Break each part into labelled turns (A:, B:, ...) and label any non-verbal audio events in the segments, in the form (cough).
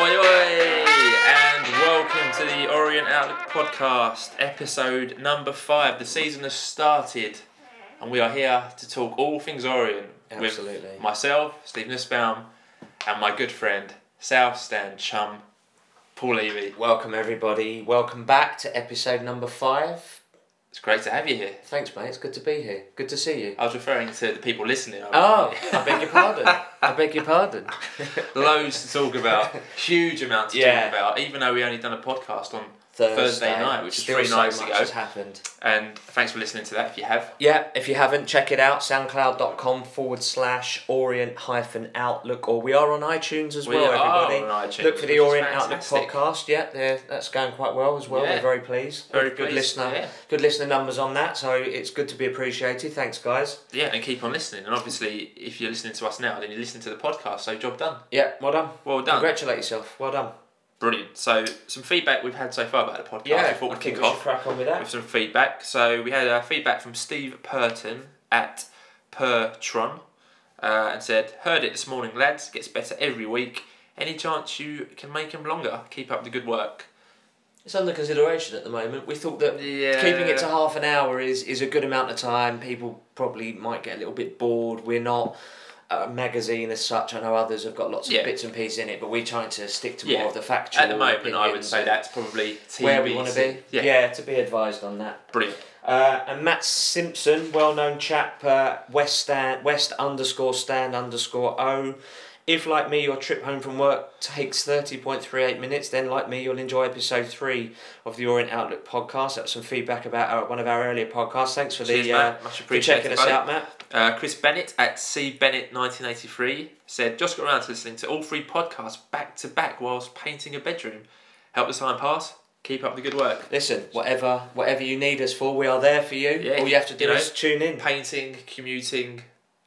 A: Hey, and welcome to the Orient Outlook podcast, episode number five. The season has started, and we are here to talk all things Orient
B: Absolutely.
A: with myself, Steve Nussbaum, and my good friend, South Stand chum, Paul Levy.
B: Welcome everybody. Welcome back to episode number five.
A: It's great to have you here.
B: Thanks, mate. It's good to be here. Good to see you.
A: I was referring to the people listening.
B: Oh, I beg your pardon. I beg your pardon.
A: loads to talk
B: (laughs)
A: about, huge amounts to
B: Oh. Yeah.
A: talk about. Even though we only done a podcast on, night, which is
B: Still
A: three
B: so
A: nights
B: much
A: ago.
B: Has happened.
A: and thanks for listening to that. If you have,
B: Yeah, if you haven't, check it out. SoundCloud.com forward slash Orient hyphen Outlook, or we are on iTunes as
A: We
B: well.
A: are
B: everybody,
A: on iTunes,
B: look for the
A: which is
B: Orient Outlook
A: fantastic.
B: podcast. Yeah, they're- that's going quite well as well.
A: Yeah.
B: We're very pleased.
A: Very
B: good, good
A: pleased,
B: listener.
A: yeah.
B: Good listener numbers on that, so it's good to be appreciated. Thanks, guys.
A: yeah, and keep on listening. And obviously, if you're listening to us now, then you listen to the podcast. So job done.
B: Yeah, well done.
A: Well done.
B: Congratulate yourself. Well done.
A: Brilliant. So some feedback we've had so far about the podcast. I thought
B: I
A: we'd
B: think
A: kick
B: we should
A: off
B: Crack on with
A: with
B: that.
A: some feedback. So we had uh, feedback from Steve Purton at Pertron, uh, and said, "Heard it this morning, lads. Gets better every week. Any chance you can make them longer? Keep up the good work."
B: It's under consideration at the moment. We thought that
A: Yeah.
B: keeping it to half an hour is is a good amount of time. People probably might get a little bit bored. We're not a magazine as such. I know others have got lots of
A: Yeah.
B: bits and pieces in it, but we're trying to stick to
A: Yeah.
B: more of the factual.
A: At the moment, I would
B: opinions
A: say
B: and
A: that's probably TBC.
B: where we want to be.
A: Yeah,
B: to be advised on that.
A: brilliant.
B: Uh, and Matt Simpson, well known chap, uh, West stand, West underscore stand underscore O. If, like me, your trip home from work takes 30.38 minutes, then, like me, you'll enjoy episode three of the Orient Outlook podcast. That's some feedback about our, one of our earlier podcasts. Thanks for,
A: Cheers,
B: the, uh,
A: Matt. Much
B: for
A: appreciated.
B: checking us
A: buddy.
B: out, Matt.
A: Uh, Chris Bennett at C Bennett 1983 said, "Just got around to listening to all three podcasts back to back whilst painting a bedroom. Help the time pass. Keep up the good work.
B: Listen, whatever whatever you need us for, we are there for you.
A: Yeah,
B: All you have to do
A: you know,
B: is tune in.
A: Painting, commuting,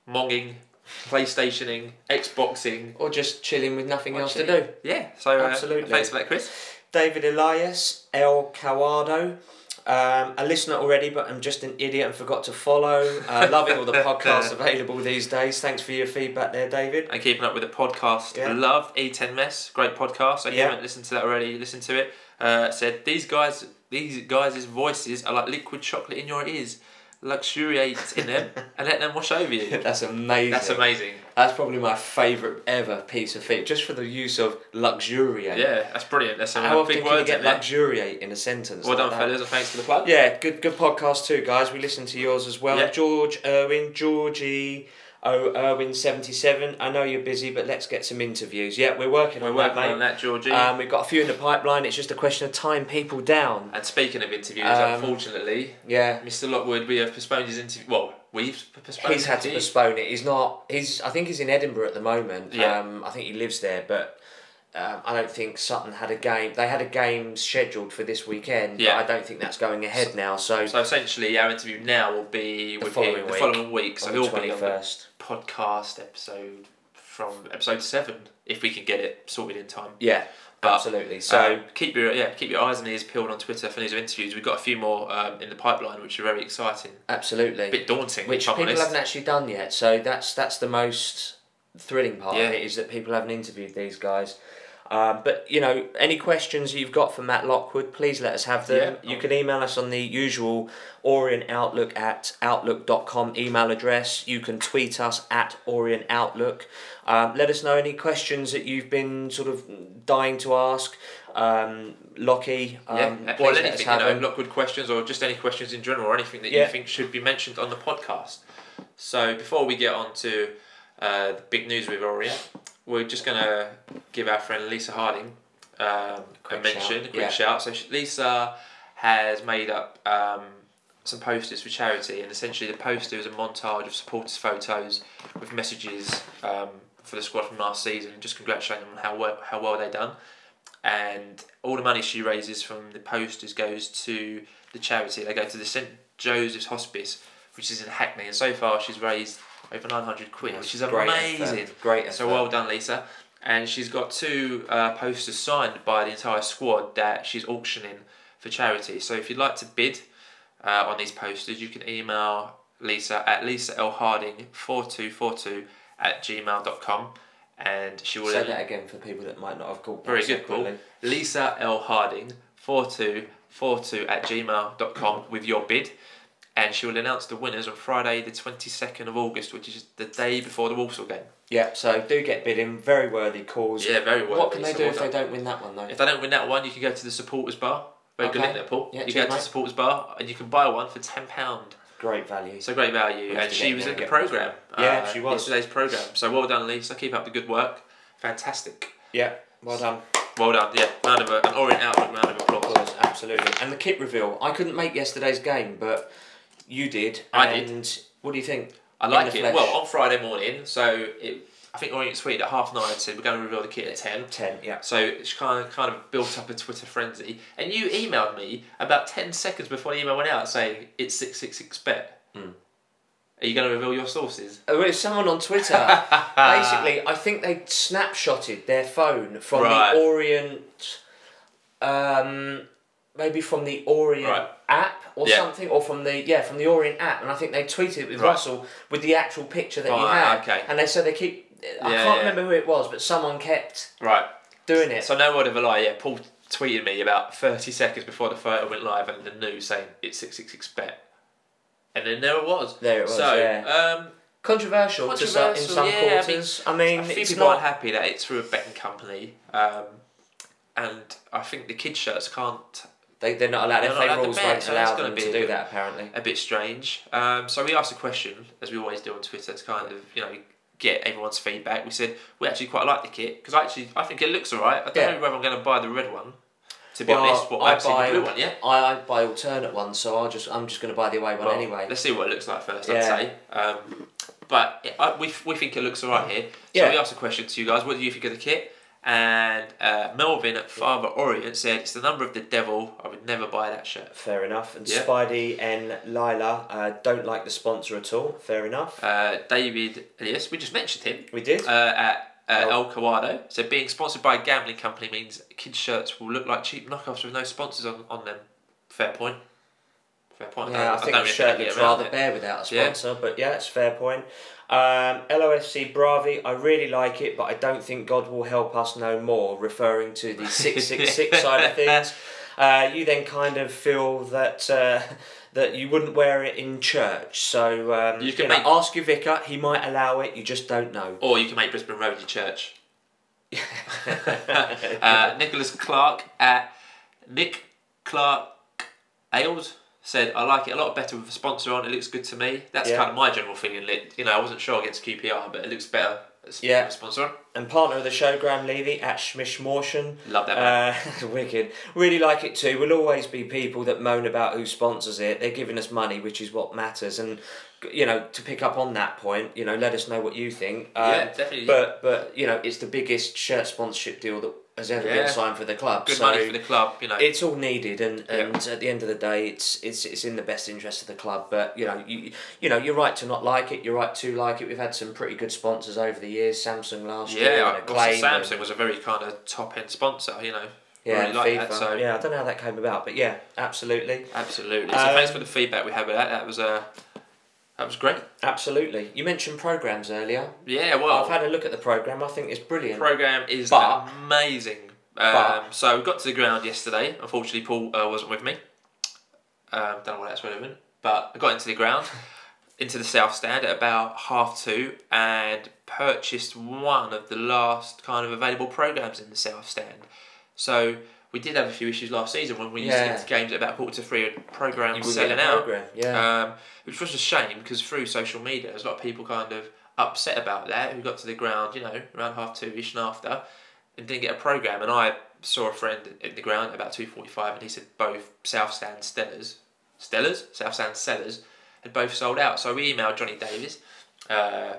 A: monging, (laughs) PlayStationing, Xboxing."
B: Or just chilling with nothing else to do.
A: Actually, Yeah, so uh,
B: Absolutely.
A: Thanks for that, Chris.
B: David Elias, El Cawado. Um, a listener already, but I'm just an idiot and forgot to follow. Uh, loving
A: (laughs)
B: all the podcasts available these days. Thanks for your feedback there, David.
A: and keeping up with the podcast.
B: Yeah.
A: Loved E10 Mess, great podcast. So if you
B: Yeah.
A: haven't listened to that already, listen to it. Uh, said these guys, these guys' voices are like liquid chocolate in your ears. Luxuriate in
B: (laughs)
A: them and let them wash over you.
B: That's amazing.
A: That's amazing.
B: That's probably my favourite ever piece of feedback, just for the use of luxuriate.
A: Yeah, that's brilliant. That's some
B: How
A: big
B: often can you
A: words
B: get
A: in there.
B: luxuriate in a sentence?
A: well
B: like
A: done,
B: that?
A: fellas, and thanks for the plug.
B: Yeah, good good podcast too, guys. We listen to yours as well.
A: Yeah.
B: George Irwin, Georgie O Irwin seventy seven. I know you're busy, but let's get some interviews. Yeah, we're working
A: We're
B: on
A: working
B: that, mate.
A: on that, Georgie.
B: Um, we've got a few in the pipeline. It's just a question of tying people down.
A: and speaking of interviews,
B: um,
A: unfortunately,
B: Yeah,
A: Mr. Lockwood, we have postponed his interview. Well, we've postponed.
B: he's had to
A: his-
B: postpone it. He's not. He's. I think he's in Edinburgh at the moment.
A: Yeah.
B: Um, I think he lives there, but um, I don't think Sutton had a game. They had a game scheduled for this weekend.
A: Yeah.
B: But I don't think that's going ahead now. So,
A: So essentially, our interview now will be with
B: following
A: him the
B: week.
A: following week. So
B: on
A: he'll
B: the
A: be
B: twenty
A: on the
B: first.
A: podcast episode from episode seven, if we can get it sorted in time.
B: Yeah.
A: But,
B: absolutely. So.
A: Um, keep your yeah, keep your eyes and ears peeled on Twitter for news of interviews. We've got a few more um, in the pipeline, which are very exciting,
B: absolutely.
A: a bit daunting.
B: which
A: if I'm
B: people
A: honest.
B: haven't actually done yet. So that's that's the most thrilling part
A: Yeah.
B: of it is that people haven't interviewed these guys. Um, but you know, any questions you've got for Matt Lockwood, please let us have them.
A: Yeah.
B: You can email us on the usual Orient Outlook at outlook.com email address. You can tweet us at Orient Outlook. Um, let us know any questions that you've been sort of dying to ask. Um, Lockie, um,
A: Yeah,
B: please
A: well,
B: let us
A: anything, you
B: have
A: know,
B: them.
A: Lockwood questions or just any questions in general or anything that you
B: Yeah.
A: think should be mentioned on the podcast. So before we get on to uh, the big news with Orient, we're just going to give our friend Lisa Harding um, a
B: Quick
A: mention,
B: shout,
A: a quick
B: yeah.
A: shout. So she, Lisa has made up um, some posters for charity and essentially the poster is a montage of supporters' photos with messages um, for the squad from last season and just congratulating them on how well, how well they done and all the money she raises from the posters goes to the charity. They go to the St Joseph's Hospice, which is in Hackney, and so far she's raised over nine hundred quid, which is
B: Great
A: amazing.
B: effort, Great.
A: So
B: effort.
A: well done, Lisa. And she's got two uh, posters signed by the entire squad that she's auctioning for charity. So if you'd like to bid uh, on these posters, you can email Lisa at lisalharding4242 at gmail.com and she
B: Say
A: ordered
B: that again for people that might not have called.
A: Very
B: back
A: good, Paul.
B: separately.
A: Lisa L. Harding, 4242 at gmail.com with your bid. And she will announce the winners on Friday, the 22nd of August, which is the day before the Walsall game.
B: Yeah, so do get bidding. Very worthy calls.
A: Yeah, very well.
B: What can they
A: So
B: do
A: well
B: if
A: done.
B: they don't win that one though?
A: If they don't win that one, you can go to the supporters bar. Very good
B: Okay.
A: link there, Paul.
B: Yeah,
A: you
B: cheers,
A: go to the
B: mate.
A: supporters bar and you can buy one for ten pound.
B: Great value.
A: So great value.
B: We'll have
A: And
B: to
A: she
B: get
A: was
B: there
A: in the
B: and get one as
A: program. uh,
B: well. Yeah, she was.
A: Yesterday's program. So well done, Lisa. Keep up the good work. Fantastic.
B: Yeah, well done.
A: Well done. Yeah, round of a, an orient outward round of applause.
B: Applause, absolutely. And the kit reveal. I couldn't make yesterday's game, but you did.
A: I did.
B: and did. What do you think?
A: I
B: in
A: like
B: the
A: it.
B: flesh.
A: Well, on Friday morning, so it, I think Orient tweeted at half nine said we're going to reveal the kit at ten.
B: Ten. Yeah.
A: So it's kind of, kind of built up a Twitter frenzy, and you emailed me about ten seconds before the email went out saying it's six six six bet.
B: Hmm.
A: Are you going to reveal your sources?
B: There was someone on Twitter.
A: (laughs)
B: basically, I think they snapshotted their phone from
A: Right.
B: the Orient. Um, maybe from the Orient
A: Right.
B: app or
A: Yeah.
B: something, or from the yeah from the Orient app, and I think they tweeted with
A: Right.
B: Russell with the actual picture that you
A: Fine,
B: had,
A: okay.
B: and they said they keep. I
A: Yeah,
B: can't
A: yeah.
B: remember who it was, but someone kept
A: Right.
B: doing it.
A: So no word of a lie. Yeah, Paul tweeted me about thirty seconds before the photo went live, and the news saying it's six six six bet, and then there it was.
B: There it was,
A: So
B: yeah.
A: um,
B: controversial, to some, in
A: Controversial,
B: some
A: yeah, I mean,
B: quarters. I mean,
A: a few
B: it's
A: people
B: not.
A: aren't happy that it's through a betting company, um, and I think the kids shirts can't.
B: They, they're not allowed.
A: They're
B: If
A: not
B: they
A: allowed to
B: rules
A: bet,
B: won't
A: so that's
B: allow
A: gonna
B: them
A: be
B: to
A: a
B: do
A: bit-
B: that. Apparently,
A: A bit strange. Um, so we asked a question, as we always do on Twitter, to kind of you know get everyone's feedback. We said we actually quite like the kit because actually I think it looks alright. I don't
B: Yeah.
A: know whether I'm going to buy the red one. To be
B: Well,
A: honest, but
B: I
A: I've seen the
B: buy-
A: blue one yet.
B: I, I buy alternate ones, so I'll just I'm just going to buy the away one
A: Well,
B: anyway.
A: Let's see what it looks like first, I'd
B: Yeah.
A: say. Um, but it, I, we, we think it looks alright here. So
B: Yeah.
A: we asked a question to you guys what do you think of the kit? And uh, Melvin at Father Orient said, It's the number of the devil. I would never buy that shirt.
B: Fair enough. And
A: Yeah.
B: Spidey and Lila uh, don't like the sponsor at all. Fair enough.
A: Uh, David Elias, we just mentioned him,
B: We did.
A: uh, at uh,
B: Oh.
A: El Coado said, Being sponsored by a gambling company means kids' shirts will look like cheap knockoffs with no sponsors on, on them. Fair point. Fair point.
B: yeah, I
A: don't-
B: think
A: don't
B: the
A: really
B: shirt
A: get
B: looks
A: around
B: rather
A: it.
B: bare without a
A: Yeah.
B: sponsor, but yeah, it's a fair point. Um, LOFC Bravi, I really like it, but I don't think God will help us no more, referring
A: (laughs)
B: to the 666 side of things. Uh, you then kind of feel that uh, that you wouldn't wear it in church, so um,
A: You
B: you
A: can
B: can
A: make-
B: ask your vicar. He might allow it. You just
A: (laughs)
B: don't know. (laughs)
A: Or you can make Brisbane Road your church. (laughs) uh, Nicholas Clark at Nick Clark Ailes said, I like it a lot better with a sponsor on. It looks good to me. That's
B: Yeah.
A: kind of my general feeling. Lit- You know, I wasn't sure against QPR, but it looks better as-
B: Yeah.
A: with a sponsor on.
B: And partner of the show, Graham Levy at Schmishmortion.
A: Love that. man.
B: Uh, (laughs) wicked. Really like it too. Will always be people that moan about who sponsors it. They're giving us money, which is what matters. And you know, to pick up on that point, you know, let us know what you think. Um,
A: yeah, definitely.
B: But but you know, it's the biggest shirt sponsorship deal that has ever
A: Yeah.
B: been signed for the club.
A: good
B: so
A: money for the club, you know.
B: it's all needed, and,
A: Yeah.
B: and at the end of the day, it's it's it's in the best interest of the club. But you know, you you know, you're right to not like it. You're right to like it. We've had some pretty good sponsors over the years. Samsung last year,
A: yeah,
B: and
A: also
B: Acclaim and-
A: Samsung was a very kind of top end sponsor, you know.
B: yeah,
A: really like that,
B: FIFA.
A: so-
B: yeah, I don't know how that came about, but yeah, absolutely,
A: Absolutely. So
B: Um,
A: thanks for the feedback we had with that. That was uh, that was great.
B: absolutely. You mentioned programs earlier.
A: Yeah, well,
B: I've had a look at the program. I think it's brilliant.
A: program is
B: But-
A: amazing. Um,
B: but-
A: so we got to the ground yesterday. Unfortunately, Paul uh, wasn't with me. Um, don't know why that's relevant, but I got into the
B: (laughs)
A: ground, into the south stand at about half two, and purchased one of the last kind of available programs in the south stand. So we did have a few issues last season when we used to
B: Yeah.
A: get to games at about quarter to three, and
B: You
A: programs
B: wouldn't
A: selling
B: get a
A: out.
B: program, Yeah.
A: Um, which was a shame because through social media, there's a lot of people kind of upset about that who got to the ground, you know, around half two ish and after, and didn't get a program. And I saw a friend at the ground at about two forty five, and he said both South Stand Stellars, Stellars, South Stand Sellers, had both sold out. So we emailed Johnny Davis. Uh,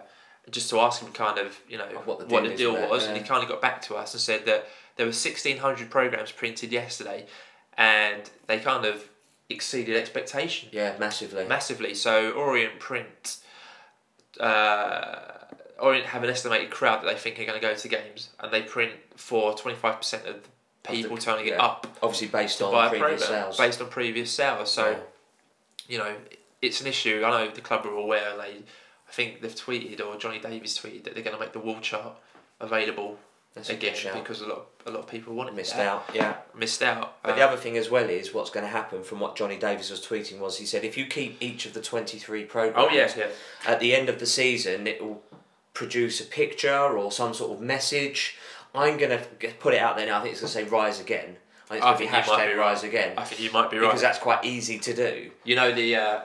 A: just to ask him kind of you know
B: Of what the deal is
A: deal
B: with it,
A: was, and he
B: yeah.
A: kind of got back to us and said that there were 1600 programs printed yesterday and they kind of exceeded expectation
B: yeah, massively.
A: massively. So Orient Print, uh, Orient have an estimated crowd that they think are going to go to games, and they print for twenty five percent of the
B: Of the-
A: people turning it
B: yeah.
A: up
B: Obviously based
A: to buy
B: on
A: a
B: previous
A: program
B: sales.
A: based on previous sales. So
B: Yeah.
A: you know it's an issue. I know the club are aware, and they. I think they've tweeted or Johnny Davies tweeted that they're going to make the wall chart available
B: That's a
A: again
B: good shout.
A: because a lot a lot of people wanted
B: Missed
A: that.
B: out, yeah.
A: Missed out.
B: But
A: Um,
B: the other thing as well is what's going to happen from what Johnny Davis was tweeting was he said if you keep each of the 23
A: oh
B: programs
A: yeah, yeah.
B: at the end of the season it will produce a picture or some sort of message. I'm going to put it out there now. I think it's going to say rise again. I think
A: I think
B: it's going to be
A: you might
B: hashtag
A: be right.
B: rise again.
A: I think you might be right.
B: Because that's quite easy to do.
A: You know the uh,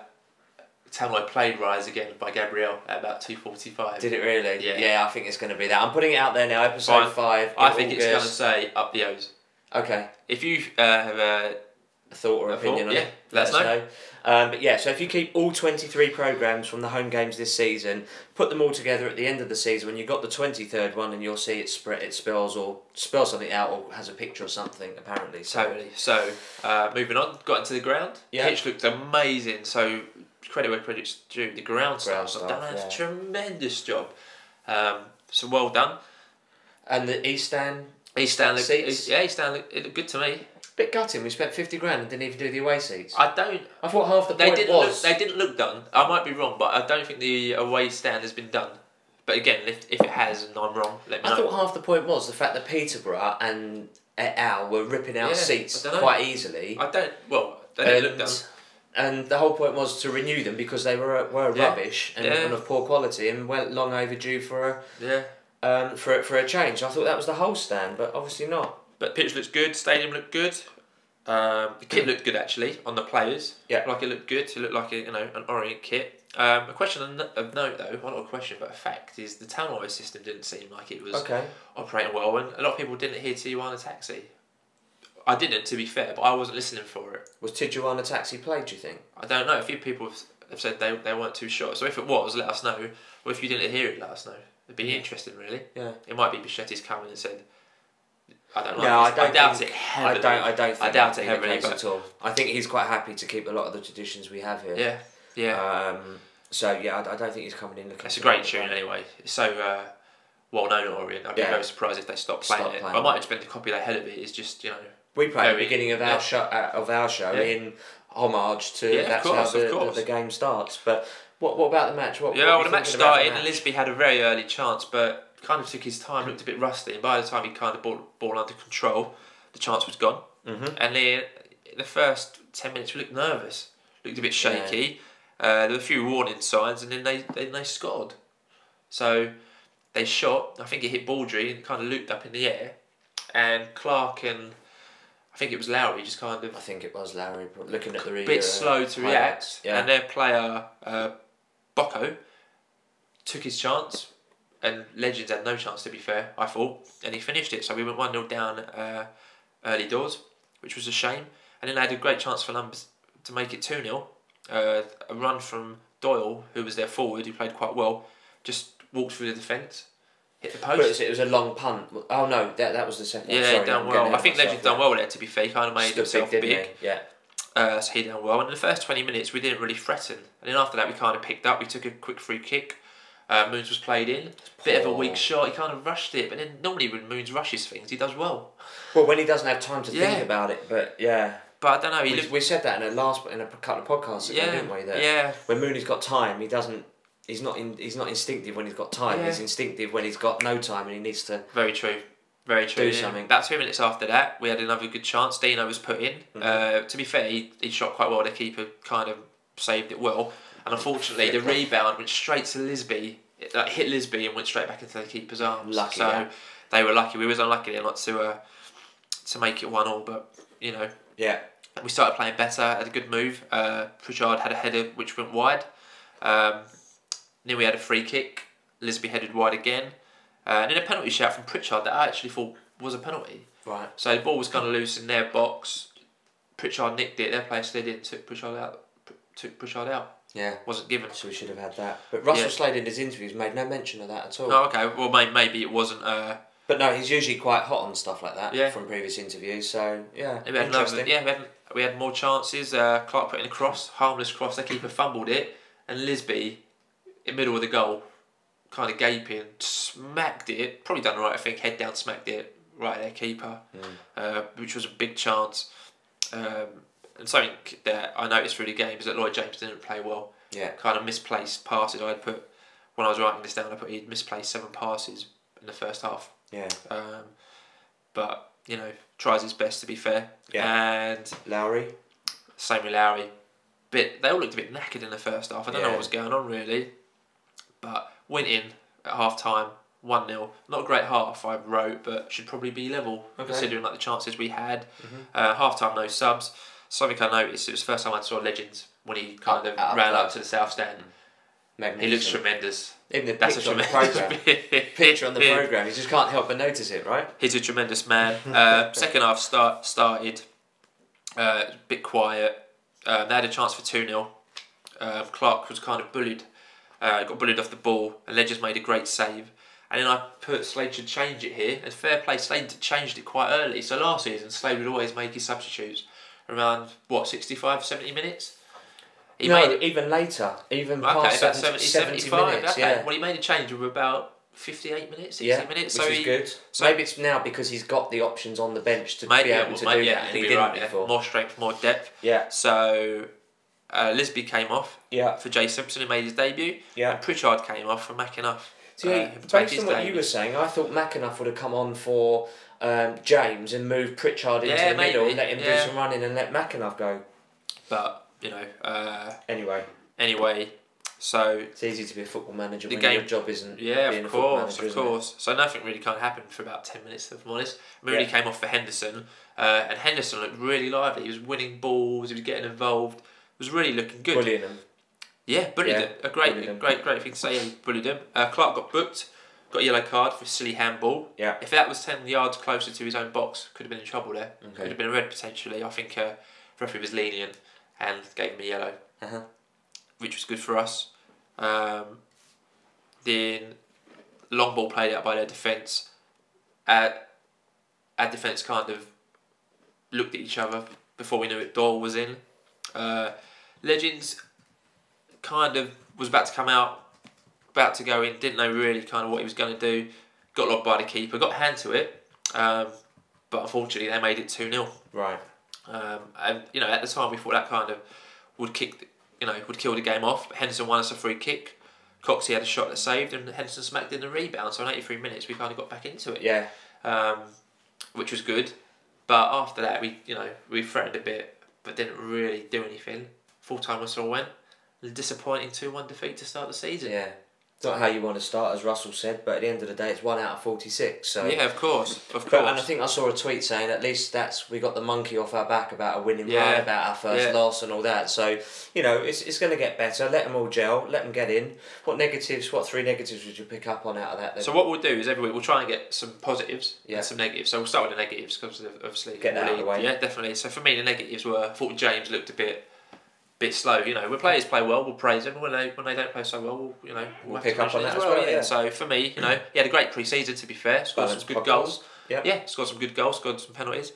A: time I played Rise Again by Gabrielle at about two forty five.
B: Did it really?
A: Yeah.
B: Yeah, I think it's going to be that. I'm putting it out there now, episode
A: Fine.
B: five.
A: I
B: in
A: think it's going to
B: August.
A: say up the O's.
B: Okay.
A: If you uh, have a
B: A thought or
A: A
B: opinion
A: thought,
B: on
A: yeah.
B: it.
A: Let us know.
B: Um, but yeah, so if you keep all 23 programmes from the home games this season, put them all together at the end of the season when you've got the 23rd one and you'll see it spread, it spells or spells something out or has a picture or something, apparently. So,
A: Totally. So, uh, moving on, got into the ground.
B: Yeah.
A: Pitch looked amazing. So, credit where credit's due. The ground,
B: Ground
A: staff have done a
B: staff,
A: tremendous job. Um, so, well done.
B: And the East End,
A: East Stanley.
B: Seats?
A: Yeah, East Stanley. It looked good to me.
B: bit gutting, we spent 50 grand and didn't even do the away seats. I,
A: I don't.
B: thought half the
A: They
B: point
A: didn't. Look,
B: was.
A: they didn't look done. I might be wrong, but I don't think the away stand has been done. But again, if, if it has and I'm wrong, let me
B: I
A: know.
B: thought half the point was the fact that Peterborough and et al. were ripping out
A: Yeah,
B: seats
A: I dunno.
B: quite easily.
A: I don't. Well, they didn't look
B: and,
A: done.
B: and the whole point was to renew them because they were were
A: Yeah.
B: rubbish and,
A: Yeah.
B: and of poor quality and well long overdue for
A: Yeah.
B: a um, for a- for a change. I thought that was the whole stand, but obviously not.
A: But pitch looks good. Stadium looked good. Um, the kit looked good actually on the players.
B: Yeah.
A: Like it looked good. It looked like a, you know an Orient kit. Um, a question of no- of note though, well, not a question but a fact is the townwide system didn't seem like it was
B: Okay.
A: operating well, and a lot of people didn't hear Tijuana Taxi. I didn't, to be fair, but I wasn't listening for it.
B: Was Tijuana Taxi played? Do you think?
A: I don't know. A few people have, have said they, they weren't too sure. So if it was, let us know. Or if you didn't hear it, let us know. It'd be interesting, really.
B: Yeah.
A: It might be Bichetti's come in and said, "I don't know."
B: No, I
A: this."
B: don't
A: doubt
B: think-
A: it
B: I
A: heavily.
B: don't. I don't. Think
A: I doubt
B: that'd
A: it
B: be the
A: heavily,
B: case
A: but
B: at all. I think he's quite happy to keep a lot of the traditions we have here.
A: Yeah, yeah.
B: Um, so yeah, I, I don't think he's coming in looking.
A: That's a
B: for
A: great
B: that.
A: tune anyway. It's so uh, well known at Orient. I'd be
B: Yeah.
A: very surprised if they stopped playing
B: Stop
A: it.
B: playing
A: I might
B: it.
A: have just been the copy they had of it. It's just you know.
B: We play at the
A: Very-
B: beginning of our
A: yeah.
B: show, uh, of our show
A: Yeah.
B: in homage to
A: Yeah, of
B: that's
A: course,
B: how
A: of
B: the, the,
A: course.
B: the game starts. But what what about the match? What,
A: Yeah,
B: what
A: well,
B: were
A: the
B: you
A: match
B: thinking about the
A: started and
B: match?
A: Lisby had a very early chance, but kind of took his time, looked a bit rusty. And by the time he kind of brought the ball under control, the chance was gone. Mm-hmm. And then the first 10 minutes, we looked nervous, looked a bit shaky. Uh, there were a few warning signs, and then they, then they scored. So they shot, I think it hit Baldry and kind of looped up in the air. And Clark and I think it was Lowry just kind of
B: I think it was Larry pro- looking at the
A: a bit
B: uh,
A: slow to react,
B: highlights. Yeah.
A: and their player uh, Bocco took his chance, and Legends had no chance to be fair. I thought, and he finished it. So we went one 0 down uh, early doors, which was a shame. And then they had a great chance for Numbers to make it two 0 uh, A run from Doyle, who was their forward, who played quite well, just walked through the defence, hit the
B: But it was,
A: post.
B: it was a long punt. Oh no, that that was the second.
A: Yeah,
B: sorry,
A: he done
B: I'm getting
A: well. I
B: ahead of
A: think
B: myself
A: Legends done
B: there.
A: well there. To be fair, he kind of made
B: Stood
A: himself
B: big,
A: big.
B: didn't he? Yeah.
A: uh, so he done well. And in the first 20 minutes, we didn't really threaten. And then after that, we kind of picked up. We took a quick free kick. Uh, Moons was played in. Bit of a
B: poor.
A: weak shot. He kind of rushed it. But then normally when Moons rushes things, he does well.
B: Well, when he doesn't have time to
A: Yeah.
B: think about it, but yeah,
A: But I don't know. He
B: we,
A: looked,
B: we said that in a last in a couple of podcasts ago,
A: yeah,
B: didn't we? That
A: yeah,
B: when Mooney's got time, he doesn't. He's not. In, he's not instinctive when he's got time.
A: Yeah.
B: He's instinctive when he's got no time, and he needs to.
A: very true. Very true.
B: Do
A: yeah.
B: something.
A: About two minutes after that, we had another good chance. Dino was put in. Uh, to be fair, he, he shot quite well. The keeper kind of saved it well. And unfortunately, the rebound went straight to Lisby. It like, hit Lisby and went straight back into the keeper's arms.
B: Lucky,
A: So
B: yeah.
A: they were lucky. We was unlucky there not to uh, to make it one all, but you know
B: Yeah.
A: we started playing better. Had a good move. Uh, Pritchard had a header which went wide. Um, then we had a free kick. Lisby headed wide again, uh, and then a penalty shout from Pritchard that I actually thought was a penalty.
B: Right.
A: So the ball was kind of loose in their box. Pritchard nicked it. Their player slid in, took Pritchard out. Took Pritchard out.
B: Yeah.
A: Wasn't given.
B: So we should have had that. But Russell
A: Yeah.
B: Slade in his interviews made no mention of that at all.
A: Oh, okay. Well, may- maybe it wasn't. Uh,
B: But no, he's usually quite hot on stuff like that
A: Yeah.
B: from previous interviews. So yeah,
A: We had another,
B: interesting.
A: yeah, we had, we had more chances. Uh, Clark put in a cross, harmless cross. Their keeper fumbled it, and Lisby, in middle of the goal, kind of gaping, smacked it. Probably done the right, I think. Head down, smacked it right at their keeper, uh, which was a big chance. Um, and something that I noticed through the game is that Lloyd James didn't play well.
B: Yeah.
A: Kind of misplaced passes. I had put when I was writing this down, I put he'd misplaced seven passes, in the first half.
B: Yeah.
A: Um, but you know, tries his best to be fair. And
B: Lowry.
A: same with Lowry. Bit they all looked a bit knackered in the first half. I don't know
B: Yeah.
A: what was going on really, but went in at half time. 1 0. Not a great half, I wrote, but should probably be level
B: Okay.
A: considering like the chances we had.
B: Mhm.
A: Uh, half time, no subs. Something I noticed, it was the first time I saw Legends when he kind of
B: Up- up
A: ran up
B: front.
A: to the south stand. He
B: Magnificent.
A: looks tremendous.
B: Even the
A: That's a
B: picture on the
A: tremendous
B: program.
A: (laughs) bit.
B: picture on the program. You just can't help but notice it, right?
A: He's a tremendous man.
B: (laughs)
A: Uh, second half start started uh, a bit quiet. Um, they had a chance for 2 0. Um, Clark was kind of bullied, uh, got bullied off the ball, and Ledger's made a great save. And then I put Slade should change it here, and fair play, Slade changed it quite early. So last season, Slade would always make his substitutes around, what, 65, 70 minutes? He
B: no,
A: made it.
B: even later, even
A: Okay, about
B: past
A: 70,
B: 70,
A: 75.
B: minutes.
A: okay.
B: Yeah,
A: Well, he made a change of about 58 minutes, 60
B: yeah,
A: minutes.
B: which
A: so
B: is
A: he,
B: good.
A: so-
B: maybe it's now because he's got the options on the bench to
A: Maybe,
B: be able
A: yeah,
B: to
A: maybe,
B: do
A: yeah,
B: that,
A: you
B: and he
A: could be
B: didn't
A: right, yeah.
B: before.
A: More strength, more depth.
B: Yeah,
A: So uh, Lisby came off
B: yeah,
A: for Jay Simpson, who made his debut.
B: yeah.
A: And Pritchard came off for Mackinough.
B: See,
A: uh, who made
B: based
A: his
B: on what
A: debut.
B: you were saying, I thought McEnough would have come on for um, James and moved Pritchard into
A: Yeah,
B: the middle,
A: maybe,
B: let him
A: yeah.
B: do some running, and let McEnough go.
A: But, you know, uh,
B: Anyway,
A: anyway, so
B: it's easy to be a football manager
A: The
B: when
A: game-
B: your job isn't.
A: yeah,
B: being
A: of
B: a
A: course,
B: football manager,
A: of
B: isn't it?
A: course. So nothing really kind of happened for about 10 minutes, if I'm honest. Mooney
B: Yeah.
A: came off for Henderson, uh, and Henderson looked really lively. He was winning balls, he was getting involved, was really looking good.
B: Bullying him.
A: Yeah, bullied
B: Yeah,
A: him. A great,
B: bullied him.
A: great, great thing to say. He bullied him. Uh, Clark got booked, got a yellow card for a silly handball.
B: Yeah.
A: If that was ten yards closer to his own box, could have been in trouble there. Could
B: Okay.
A: have been a red potentially. I think uh, referee was lenient and gave him a yellow,
B: Uh-huh.
A: which was good for us. Um, then long ball played out by their defence. Uh, our defence kind of looked at each other before we knew it. Doyle was in. Uh, Legends kind of was about to come out, about to go in. Didn't know really kind of what he was going to do. Got lobbed by the keeper. Got a hand to it, um, but unfortunately they made it two 0
B: Right.
A: um, and you know, at the time we thought that kind of would kick, the- you know, would kill the game off. Henderson won us a free kick. Coxey had a shot that saved, and Henderson smacked in the rebound. So in eighty three minutes, we kind of got back into it,
B: Yeah.
A: um, which was good. But after that, we you know we threatened a bit, but didn't really do anything. Full time whistle went. A disappointing two one defeat to start the season.
B: Yeah. It's not how you want to start, as Russell said, but at the end of the day, it's one out of 46. So.
A: Yeah, of course, of course.
B: But, and I think I saw a tweet saying at least that's we got the monkey off our back about a winning
A: Yeah.
B: run, about our first
A: Yeah.
B: loss and all that. So you know it's, it's going to get better. Let them all gel. Let them get in. What negatives? What three negatives would you pick up on out of that? Then
A: So what we'll do is every week we'll try and get some positives
B: Yeah.
A: and some negatives. So we'll start with the negatives because obviously
B: Get that out of the way.
A: Yeah, definitely. So for me, the negatives were I thought James looked a bit, bit slow. You know, when players play well, we'll praise them. When they when they don't play so well, we'll you know
B: We'll
A: have
B: pick
A: to
B: up on
A: mention it
B: that as well,
A: innit?
B: yeah.
A: So for me, you know, he had a great pre-season to be fair. Scored
B: Balanced
A: some good
B: podcast.
A: goals.
B: Yep.
A: Yeah, scored some good goals. Scored some penalties.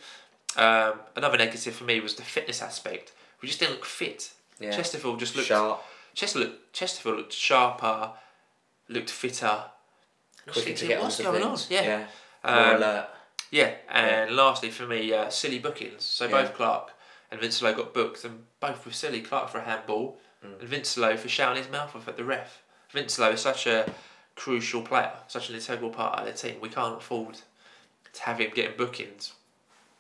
A: Um, another negative for me was the fitness aspect. We just didn't look fit.
B: yeah.
A: Chesterfield just looked
B: sharp,
A: Chester looked, Chesterfield looked sharper, looked fitter.
B: quicker to
A: Thinking,
B: get
A: what's
B: onto
A: going
B: things.
A: on? Yeah.
B: yeah. More
A: Um,
B: alert.
A: yeah, and lastly for me, uh, silly bookings. So
B: Yeah.
A: both Clark and Vincelow got booked, and both were silly. Clark for a handball,
B: Mm.
A: and Vincelow for shouting his mouth off at the ref. Vincelow is such a crucial player, such an integral part of their team. We can't afford to have him getting bookings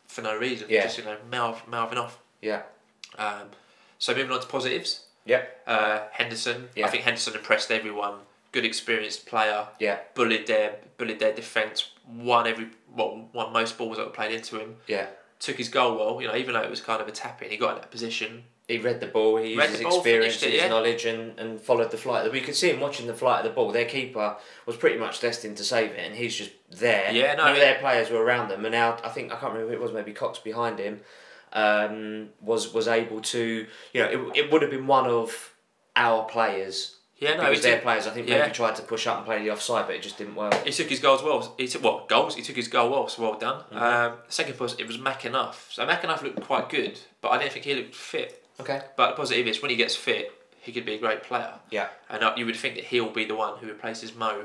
A: for no reason,
B: Yeah.
A: just you know mouth, mouthing off.
B: Yeah.
A: Um, so moving on to positives.
B: Yep.
A: Uh, Henderson.
B: Yeah.
A: I think Henderson impressed everyone. Good experienced player.
B: Yeah.
A: Bullied their bullied their defence. Won every well, won most balls that were played into him.
B: Yeah.
A: Took his goal well. You know, even though it was kind of a tap in, he got in that position.
B: He read the ball, he used
A: Read
B: his
A: the ball,
B: experience,
A: finished it,
B: his
A: yeah.
B: knowledge, and, and followed the flight. We could see him watching the flight of the ball. Their keeper was pretty much destined to save it, and he's just there.
A: Yeah, no,
B: None of
A: it-
B: their players were around them, and now I think I can't remember who it was. Maybe Cox behind him um, was was able to. You know, it, it would have been one of our players
A: Yeah, no, he
B: because their
A: took,
B: players. I think
A: yeah.
B: maybe tried to push up and play the offside, but it just didn't work.
A: he took his goals well. He took well goals. He took his goal well. So well done. Um, second positive was McEnough. So McEnough looked quite good, but I didn't think he looked fit.
B: Okay.
A: But the positive is when he gets fit, he could be a great player.
B: Yeah.
A: And uh, you would think that he'll be the one who replaces Mo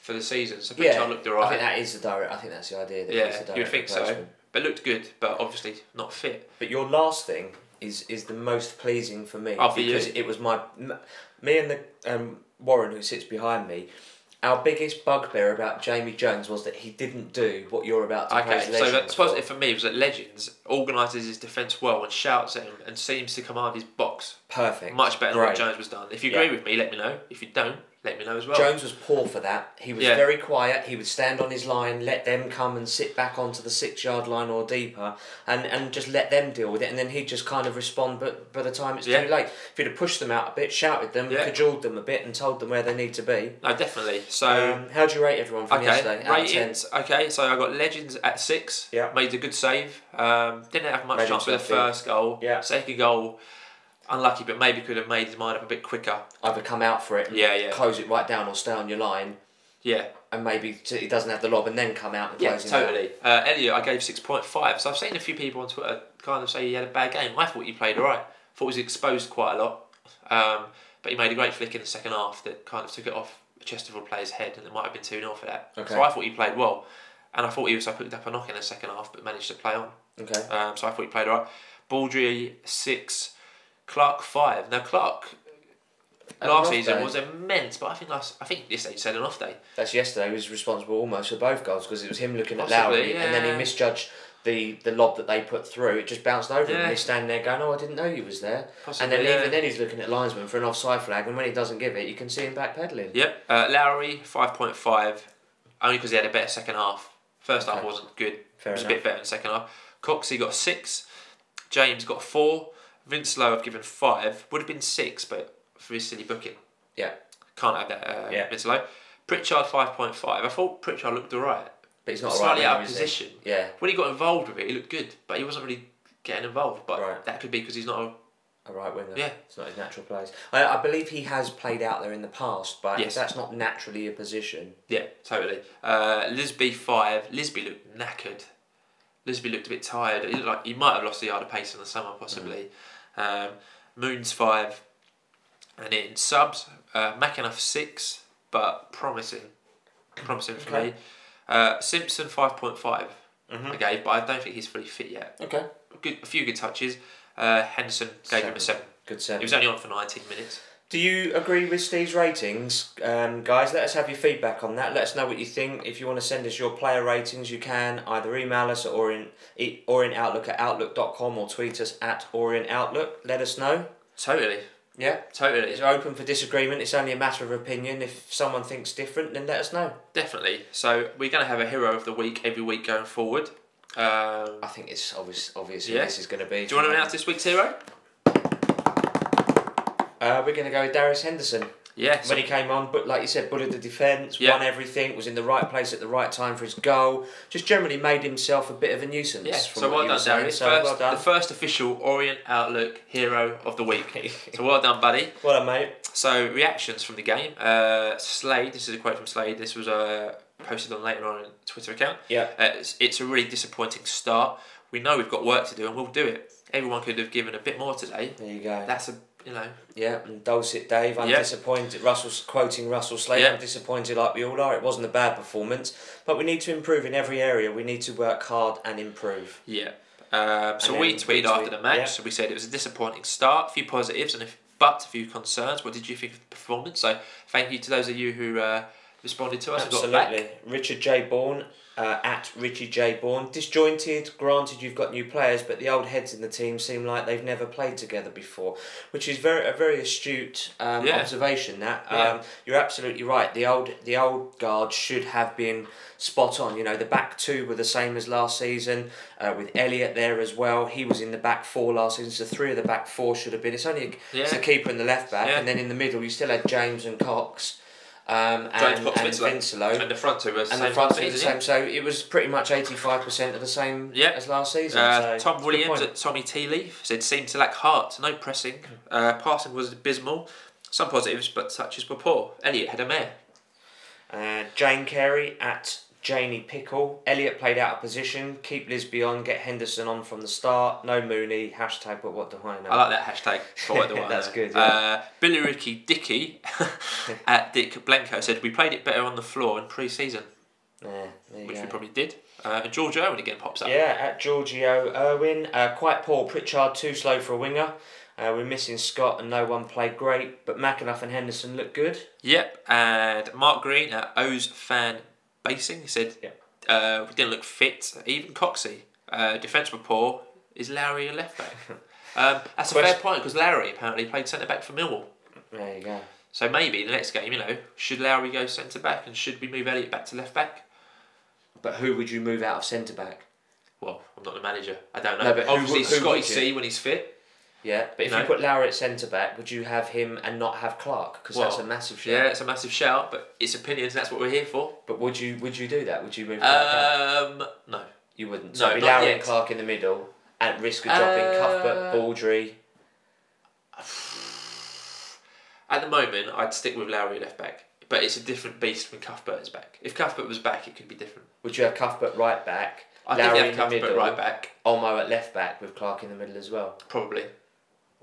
A: for the season. So
B: Yeah.
A: Pritchard looked
B: I
A: alright.
B: think that is the direct. I think that's the idea. That he's the
A: Yeah,
B: direct
A: you'd think so.
B: replacement.
A: But looked good, but obviously not fit.
B: But your last thing is is the most pleasing for me
A: Oh, for you?
B: because it was my m- me and the um, Warren who sits behind me. Our biggest bugbear about Jamie Jones was that he didn't do what you're about to
A: Okay,
B: praise
A: so
B: Legends
A: that's
B: for.
A: positive for me was that Legends organises his defence well and shouts at him and seems to command his box
B: Perfect.
A: much better than what
B: Great.
A: Jones was done. If you
B: Yeah.
A: agree with me, let me know. If you don't, let me know as well.
B: Jones was poor for that. He was
A: Yeah.
B: very quiet. He would stand on his line, let them come and sit back onto the six yard line or deeper, and, and just let them deal with it. And then he'd just kind of respond. But by the time it's
A: Yeah.
B: too late, if he'd have pushed them out a bit, shouted them,
A: Yeah.
B: cajoled them a bit, and told them where they need to be.
A: No, definitely. So
B: Um, how do you rate everyone from yesterday?
A: okay,
B: Out of 10?
A: ratings. Okay, so I got Legends at six.
C: Yeah.
A: made a good save. Um, didn't have much
B: Made
A: chance with the
B: himself
A: first goal.
C: Yeah.
A: second goal, unlucky, but maybe could have made his mind up a bit quicker.
B: Either come out for it, and
A: Yeah, yeah.
B: close it right down, or stay on your line,
A: Yeah,
B: and maybe t- he doesn't have the lob, and then come out and
A: yeah,
B: close it down.
A: totally. Uh, Elliot, I gave six point five. So I've seen a few people on Twitter kind of say he had a bad game. I thought he played all right. Thought he was exposed quite a lot, um, but he made a great flick in the second half that kind of took it off Chesterfield player's head, and it might have been two 0 for that.
B: Okay.
A: So I thought he played well, and I thought he also picked up a knock in the second half, but managed to play on.
B: Okay.
A: Um, so I thought he played alright. Baldry six, Clark five. Now Clark
B: Had a rough
A: last season
B: day.
A: was immense, but I think last I think this age had an off day.
B: That's yesterday. He was responsible almost for both goals because it was him looking at
A: Possibly,
B: Lowry and then
A: yeah.
B: he misjudged the, the lob that they put through. It just bounced over him
A: Yeah.
B: and he's standing there going, "Oh, I didn't know you was there."
A: Possibly,
B: and then even
A: yeah.
B: then he's looking at linesman for an offside flag, and when he doesn't give it, you can see him backpedaling.
A: Yep. Uh, Lowry five point five, only because he had a better second half. First half
B: Okay.
A: wasn't good.
B: Fair
A: it was
B: enough.
A: a bit better in the second half. Coxey got six. James got four. Vince Lowe I've given five. Would have been six, but for his silly booking.
B: Yeah.
A: Can't have that. Uh,
C: Yeah.
A: Vince Lowe. Pritchard five point five. I thought Pritchard looked alright.
B: But he's not
A: Slightly
B: right
A: out of position.
B: Yeah,
A: When he got involved with it, he looked good, but he wasn't really getting involved. But
B: Right.
A: that could be because he's not. A,
B: a right winger.
A: Yeah.
B: it's not his natural place. I, I believe he has played out there in the past, but
A: Yes.
B: that's not naturally a position.
A: yeah, totally. Uh, Lisby five. Lisby looked knackered. Lisby looked a bit tired. He looked like he might have lost a yard of pace in the summer, possibly. Um, Moons five, and in subs, uh, McEnough six, but promising, promising for
B: Okay.
A: me. Uh, Simpson five point five. I gave, but I don't think he's fully fit yet.
B: Okay,
A: Good, a few good touches. Uh, Henderson gave him a seven.
B: Seven. good
A: He
B: seven.
A: was only on for nineteen minutes.
B: Do you agree with Steve's ratings, um, guys? Let us have your feedback on that. Let us know what you think. If you want to send us your player ratings, you can either email us at Orient, e- Orient Outlook at outlook.com or tweet us at Orient Outlook. Let us know.
A: Totally,
B: Yeah,
A: totally,
B: it's open for disagreement. It's only a matter of opinion. If someone thinks different, then let us know.
A: definitely. So we're going to have a hero of the week every week going forward. Um,
B: I think it's obvious. Obvious who
A: Yeah.
B: this is going to be.
A: do you want to announce this week's hero?
B: Uh, we're going to go with Darius Henderson.
A: Yes.
B: when he came on, but like you said, bullied the defence,
A: Yeah.
B: won everything, was in the right place at the right time for his goal. Just generally made himself a bit of a nuisance.
A: Yeah.
B: from
A: So
B: what
A: well
B: you were
A: done,
B: saying.
A: Darius.
B: So
A: first,
B: well done.
A: the first official Orient Outlook hero of the (laughs) week. so well done, buddy.
B: Well done, mate.
A: So reactions from the game. Uh, Slade. This is a quote from Slade. This was uh, posted on later on Twitter account.
B: Yeah.
A: Uh, it's, it's a really disappointing start. We know we've got work to do, and we'll do it. Everyone could have given a bit more today.
B: There you go.
A: That's a you know
B: yeah, and Dulcet Dave, I'm
A: Yeah.
B: disappointed. Russell's quoting Russell Slade,
A: Yeah.
B: I'm disappointed like we all are. It wasn't a bad performance, but we need to improve in every area. We need to work hard and improve.
A: Yeah. Um, so
B: And
A: we
B: then
A: tweeted
B: we
A: after
B: tweet-
A: the match.
B: yeah.
A: So we said it was a disappointing start, a few positives, and a, f- but a few concerns. What did you think of the performance? So thank you to those of you who uh, responded to us. and got back.
B: Absolutely. Richard J. Bourne, uh, at Richie J. Bourne. Disjointed, granted you've got new players, but the old heads in the team seem like they've never played together before, which is very a very astute um,
A: Yeah.
B: observation that. Um,
A: Yeah.
B: You're absolutely right. The old the old guard should have been spot on. You know, the back two were the same as last season, uh, with Elliot there as well. He was in the back four last season, so three of the back four should have been. It's only a, it's
A: Yeah.
B: a keeper and the left back,
A: Yeah.
B: and then in the middle you still had James and Cox. Um,
A: James
B: and,
A: Cox,
B: and
A: Vincelow.
B: Vincelow
A: And the front two were the
B: and
A: same.
B: the front
A: season,
B: season,
A: yeah.
B: same. So it was pretty much eighty five percent of the same
A: Yeah.
B: as last season.
A: Uh,
B: so
A: Tom
B: it's a good
A: Williams
B: point.
A: at Tommy Tea Leaf said seemed to lack heart, no pressing.
B: Hmm.
A: Uh, passing was abysmal. Some positives, but touches were poor. Elliot had a mare.
B: Uh, Jane Carey at Janie Pickle. Elliot played out of position. Keep Lisby on. Get Henderson on from the start. No Mooney. Hashtag. But what do I know?
A: I like that hashtag. For
B: (laughs)
A: what do I
B: That's
A: know.
B: good, yeah.
A: Uh, Billy Ricky Dicky (laughs) at Dick Blanco said we played it better on the floor in pre-season.
B: yeah, there you
A: which
B: go.
A: we probably did. Uh, and George Owen again pops up.
B: Yeah, at Giorgio Irwin. Uh, quite poor. Pritchard too slow for a winger. Uh, we're missing Scott and no one played great, but McEnough and Henderson looked good.
A: Yep, and Mark Green at O's fan basing said
B: Yep.
A: uh, we didn't look fit, even Coxey. Uh, defence were poor. Is Lowry a left
B: (laughs)
A: back? um, that's a fair
B: Question-
A: point because Lowry apparently played centre back for Millwall.
B: There you go.
A: So maybe the next game, you know, should Lowry go centre back and should we move Elliot back to left back?
B: But who would you move out of centre back?
A: Well, I'm not the manager. I don't know.
B: No, but who
A: Obviously,
B: would- who
A: Scotty
B: would you?
A: C when he's fit.
B: Yeah, but if
A: No.
B: you put Lowry at centre back, would you have him and not have Clark? Because that's
A: Well,
B: a massive shit.
A: Yeah, it's a massive shout, but it's opinions. That's what we're here for.
B: But would you would you do that? Would you move Clark out?
A: Um, no.
B: You wouldn't. So
A: no,
B: it'd be
A: not
B: Lowry
A: yet.
B: and Clark in the middle, at risk of dropping
A: Uh,
B: Cuthbert, Baldry.
A: At the moment, I'd stick with Lowry left back, but it's a different beast when Cuthbert is back. If Cuthbert was back, it could be different.
B: Would you have Cuthbert right back?
A: I
B: Lowry
A: think
B: in
A: they
B: the
A: have Cuthbert
B: middle.
A: right back,
B: Olmo at left back with Clark in the middle as well.
A: probably,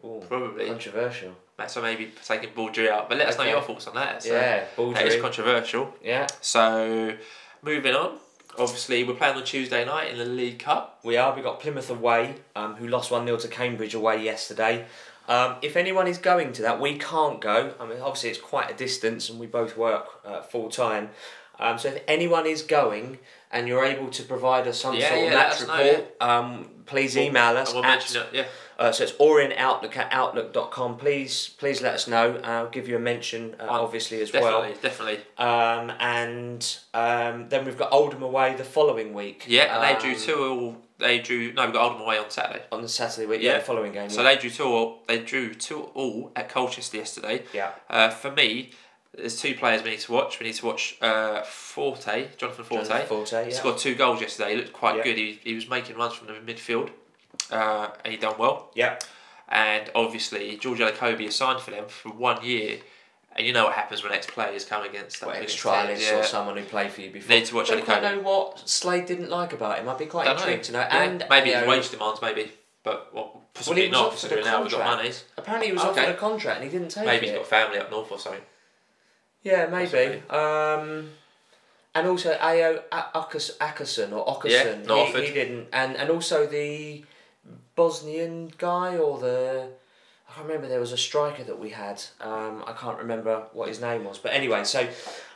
B: Ooh,
A: probably.
B: controversial.
A: So maybe taking Baldry out, but let us know
B: Okay.
A: your thoughts on that. So
B: yeah,
A: that is
B: Baldry.
A: controversial.
B: yeah,
A: So moving on. Obviously, we're playing on Tuesday night in the League Cup.
B: we are. We got Plymouth away, um, who lost one 0 to Cambridge away yesterday. Um, if anyone is going to that, we can't go. I mean, obviously it's quite a distance, and we both work uh, full time. Um, so if anyone is going and you're able to provide us some
A: Yeah,
B: sort of
A: yeah, let
B: match
A: us know,
B: report, um, please
A: We'll-
B: email us
A: and we'll
B: at
A: mention it. Yeah.
B: Uh, so it's Orient Outlook at outlook.com. Please, please let us know. Uh, I'll give you a mention, uh,
A: Oh,
B: obviously, as
A: Definitely,
B: well.
A: definitely.
B: Um, and um, then we've got Oldham away the following week.
A: Yeah, and
B: um,
A: they drew two all. They drew no, we got Oldham away on Saturday.
B: On the Saturday week, yeah,
A: Yeah.
B: the following game.
A: So they drew two all. They drew two all at Colchester yesterday.
B: yeah.
A: Uh, for me, there's two players we need to watch. We need to watch uh, Forte, Jonathan Forte.
B: Jonathan Forte,
A: He
B: yeah.
A: scored two goals yesterday. He looked quite
B: Yeah.
A: good. He, he was making runs from the midfield, uh, and he done well.
B: Yeah.
A: And obviously, George Alacobi is signed for them for one year. And you know what happens when ex-players come against them.
B: Well, ex
A: against
B: trialist
A: teams, yeah.
B: or someone who played for you before.
A: Need to watch
B: Don't quite
A: Alicante.
B: know what Slade didn't like about him. I'd be quite
A: Don't
B: intrigued to know.
A: Yeah,
B: And
A: maybe
B: Ayo-
A: his wage demands, maybe, but well, possibly
B: was
A: not
B: offered a
A: considering now we've got
B: contract.
A: money.
B: Apparently, he was
A: Okay.
B: offered a contract and he didn't take
A: Maybe
B: it.
A: he's got family up north or something.
B: Yeah, maybe. Um, and also Ayo A- Akus- Akerson or
A: Yeah,
B: Ockerson.
A: not
B: he,
A: offered.
B: he didn't. And and also the Bosnian guy or the I can't remember. There was a striker that we had. Um, I can't remember what his name was. But anyway, so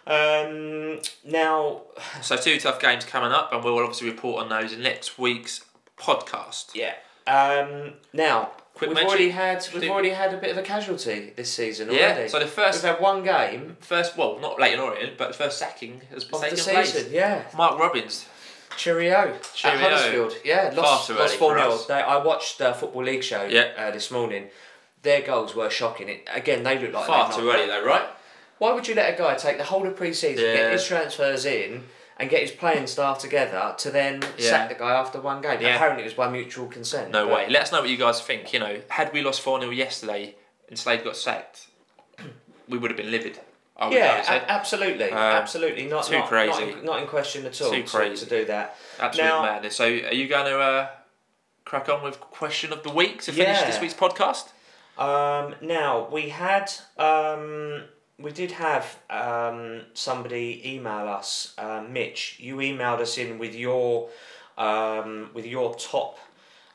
B: um, now
A: So two tough games coming up, and we'll obviously report on those in next week's podcast.
B: yeah. Um, now
A: Quick
B: we've
A: mention.
B: already had we've
A: Do-
B: already had a bit of a casualty this season
A: Yeah,
B: already.
A: so the first-
B: we've had one game
A: First, well, not Leighton Orient, but the first sacking has been
B: of the
A: taken
B: season.
A: place.
B: Yeah.
A: Mark Robbins.
B: Cheerio.
A: Cheerio.
B: At Huddersfield, yeah, lost,
A: too early
B: lost
A: for
B: 4 0.
A: us.
B: I watched uh, Football League show
A: Yeah.
B: uh, this morning. Their goals were shocking. It, again, they look like
A: Far
B: they've
A: too
B: not-
A: early though, right?
B: Why would you let a guy take the whole of pre season,
A: Yeah.
B: get his transfers in, and get his playing staff together to then
A: Yeah.
B: sack the guy after one game?
A: Yeah.
B: Apparently, it was by mutual consent.
A: No
B: but-
A: way. Let us know what you guys think. You know, had we lost 4 0 yesterday and Slade got sacked, (clears throat) we would have been livid. I would, I
B: Yeah,
A: would say.
B: a- absolutely,
A: Um,
B: absolutely. Not
A: too
B: not, Not
A: crazy.
B: in, not in question at all.
A: Too
B: to-
A: crazy.
B: to do that.
A: Absolute
B: now-
A: madness. So, are you going to uh, crack on with question of the week to finish
B: Yeah.
A: this week's podcast?
B: Um, now we had um, we did have um, somebody email us, um Mitch. You emailed us in with your um, with your top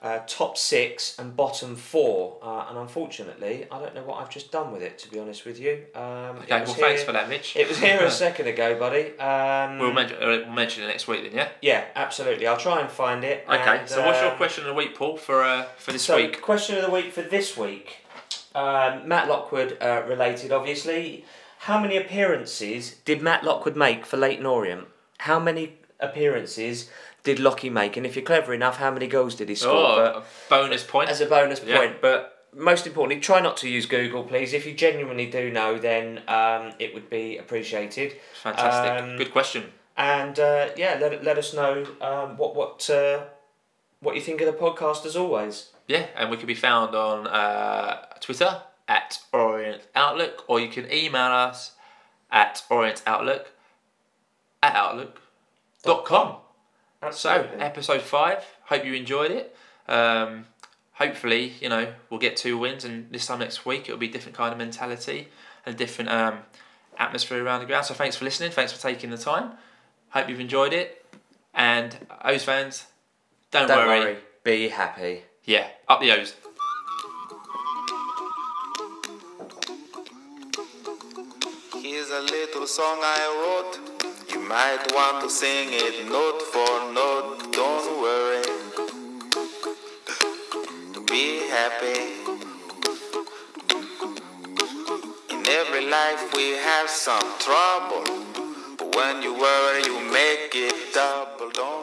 B: uh, top six and bottom four, uh, and unfortunately, I don't know what I've just done with it. To be honest with you, um,
A: Okay, well, thanks for that, Mitch.
B: It was
A: (laughs)
B: here a second ago, buddy. Um,
A: We'll mention, uh, we'll mention it next week then, yeah?
B: yeah, absolutely. I'll try and find it.
A: Okay,
B: and,
A: so what's your
B: um,
A: question of the week, Paul, for uh, for this
B: so,
A: week?
B: question of the week for this week, um, Matt Lockwood uh, related, obviously. How many appearances did Matt Lockwood make for Leighton Orient? How many appearances did Lockie make? And if you're clever enough, how many goals did he score?
A: Oh, a bonus point.
B: But as a bonus point,
A: Yeah.
B: but most importantly, try not to use Google, please. If you genuinely do know, then um, it would be appreciated.
A: Fantastic.
B: um,
A: Good question.
B: And uh, yeah, let, let us know um, what what uh, what you think of the podcast as always.
A: Yeah, and we can be found on uh, Twitter at Orient Outlook, or you can email us at Orient Outlook at outlook.com. So, episode five, hope you enjoyed it. Um, hopefully, you know, we'll get two wins, and this time next week it'll be a different kind of mentality and a different um, atmosphere around the ground. So, thanks for listening, thanks for taking the time. Hope you've enjoyed it. And, O's fans, don't,
B: Don't
A: worry.
B: worry. Be happy.
A: Yeah, up the O's.
D: Here's a little song I wrote. You might want to sing it note for note. Don't worry. Be happy. In every life we have some trouble. But when you worry, you make it double. Don't